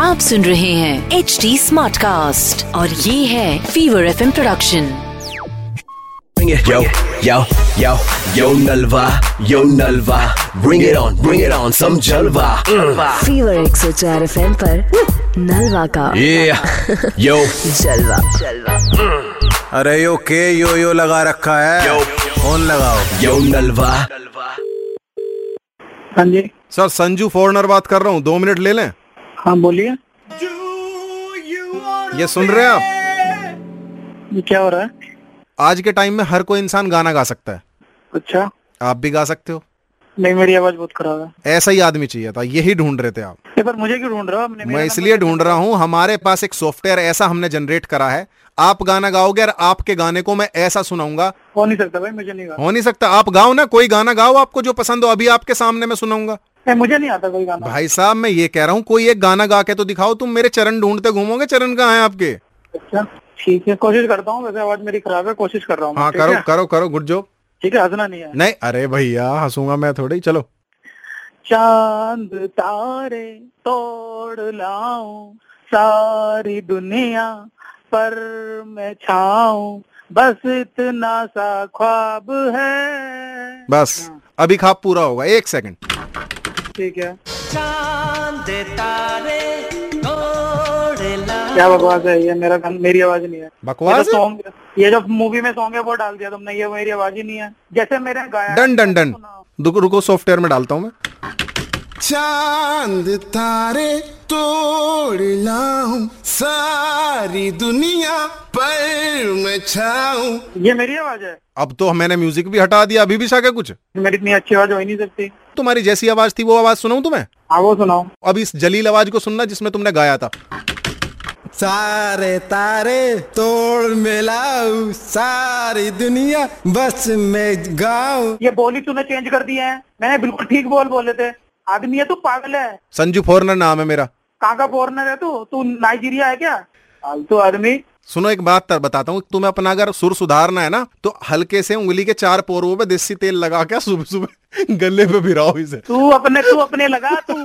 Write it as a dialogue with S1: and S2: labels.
S1: आप सुन रहे हैं एच डी स्मार्ट कास्ट और ये है fever F production
S2: Bring it, yo, yo, yo, yo Nalva, yo Nalva. Bring it on, bring it on, some Jalva. Mm.
S1: Fever एक सौ चार एफ एम नलवा का
S2: Yeah, yo,
S1: जलवा जलवा
S3: अरे यो के यो यो लगा रखा है
S2: Yo.
S3: फोन लगाओ
S2: yo Nalva.
S4: हाँ जी
S3: सर संजू फॉरनर बात कर रहा हूँ दो मिनट ले लें
S4: हाँ बोलिए
S3: ये सुन रहे हैं आप
S4: ये क्या हो रहा है
S3: आज के टाइम में हर कोई इंसान गाना गा सकता है
S4: अच्छा
S3: आप भी गा सकते हो
S4: नहीं मेरी आवाज बहुत खराब है
S3: ऐसा ही आदमी चाहिए था यही ढूंढ रहे थे आप
S4: नहीं पर मुझे क्यों ढूंढ रहा आपने
S3: मैं इसलिए ढूंढ रहा हूँ हमारे पास एक सॉफ्टवेयर ऐसा हमने जनरेट करा है आप गाना गाओगे और आपके गाने को मैं ऐसा सुनाऊंगा
S4: हो नहीं सकता भाई मुझे नहीं गाना
S3: हो नहीं सकता आप गाओ ना कोई गाना गाओ आपको जो पसंद हो अभी आपके सामने मैं सुनाऊंगा
S4: नहीं, मुझे नहीं आता कोई गाना
S3: भाई साहब मैं ये कह रहा हूँ कोई एक गाना गा के तो दिखाओ तुम मेरे चरण ढूंढते घूमोगे चरण कहाँ है आपके
S4: अच्छा ठीक है कोशिश करता हूँ वैसे आवाज मेरी खराब है कोशिश कर रहा हूँ मैं,
S3: हाँ
S4: ठीक
S3: करो
S4: है?
S3: करो करो गुड जॉब
S4: ठीक है हंसना नहीं है
S3: नहीं अरे भैया हंसूंगा मैं थोड़ी चलो
S4: चांद तारे तोड़ लाऊं सारी दुनिया पर मैं छाऊं बस इतना सा ख्वाब है
S3: बस
S4: हाँ।
S3: अभी खाप पूरा होगा एक सेकंड
S4: ठीक है क्या बकवास है ये मेरा गान- मेरी आवाज नहीं है ये
S3: बकवास
S4: जो
S3: है?
S4: सॉन्ग ये जो मूवी में सॉन्ग है वो डाल दिया तुमने ये मेरी आवाज ही नहीं है जैसे मेरे गाया
S3: डन डन डन
S4: सुनाओ।
S3: रुको रुको सॉफ्टवेयर में डालता हूँ मैं
S5: चांद तारे तोड़ लाऊं सारी दुनिया पर मैं छाऊं
S4: ये मेरी आवाज है
S3: अब तो मैंने म्यूजिक भी हटा दिया अभी भी शाखा कुछ
S4: मेरी इतनी अच्छी आवाज हो ही नहीं सकती
S3: तुम्हारी जैसी आवाज थी वो आवाज सुनाऊं तुम्हें
S4: हाँ वो सुनाओ
S3: अब इस जलील आवाज को सुनना जिसमें तुमने गाया था
S5: सारे तारे तोड़ मिलाऊं सारी दुनिया बस मैं गाऊं
S4: ये बोली तूने चेंज कर दी है मैंने बिल्कुल ठीक बोल बोले थे आदमी है तू पागल है
S3: संजू फॉरनर नाम है मेरा
S4: कहाँ का फॉरनर है तू तू नाइजीरिया है क्या फालतू आदमी
S3: सुनो एक बात तर बताता हूँ तुम्हें अपना अगर सुर सुधारना है ना तो हल्के से उंगली के चार पोरों पे देसी तेल लगा के सुबह सुबह गले पे भिराओ इसे
S4: तू अपने तू अपने लगा तू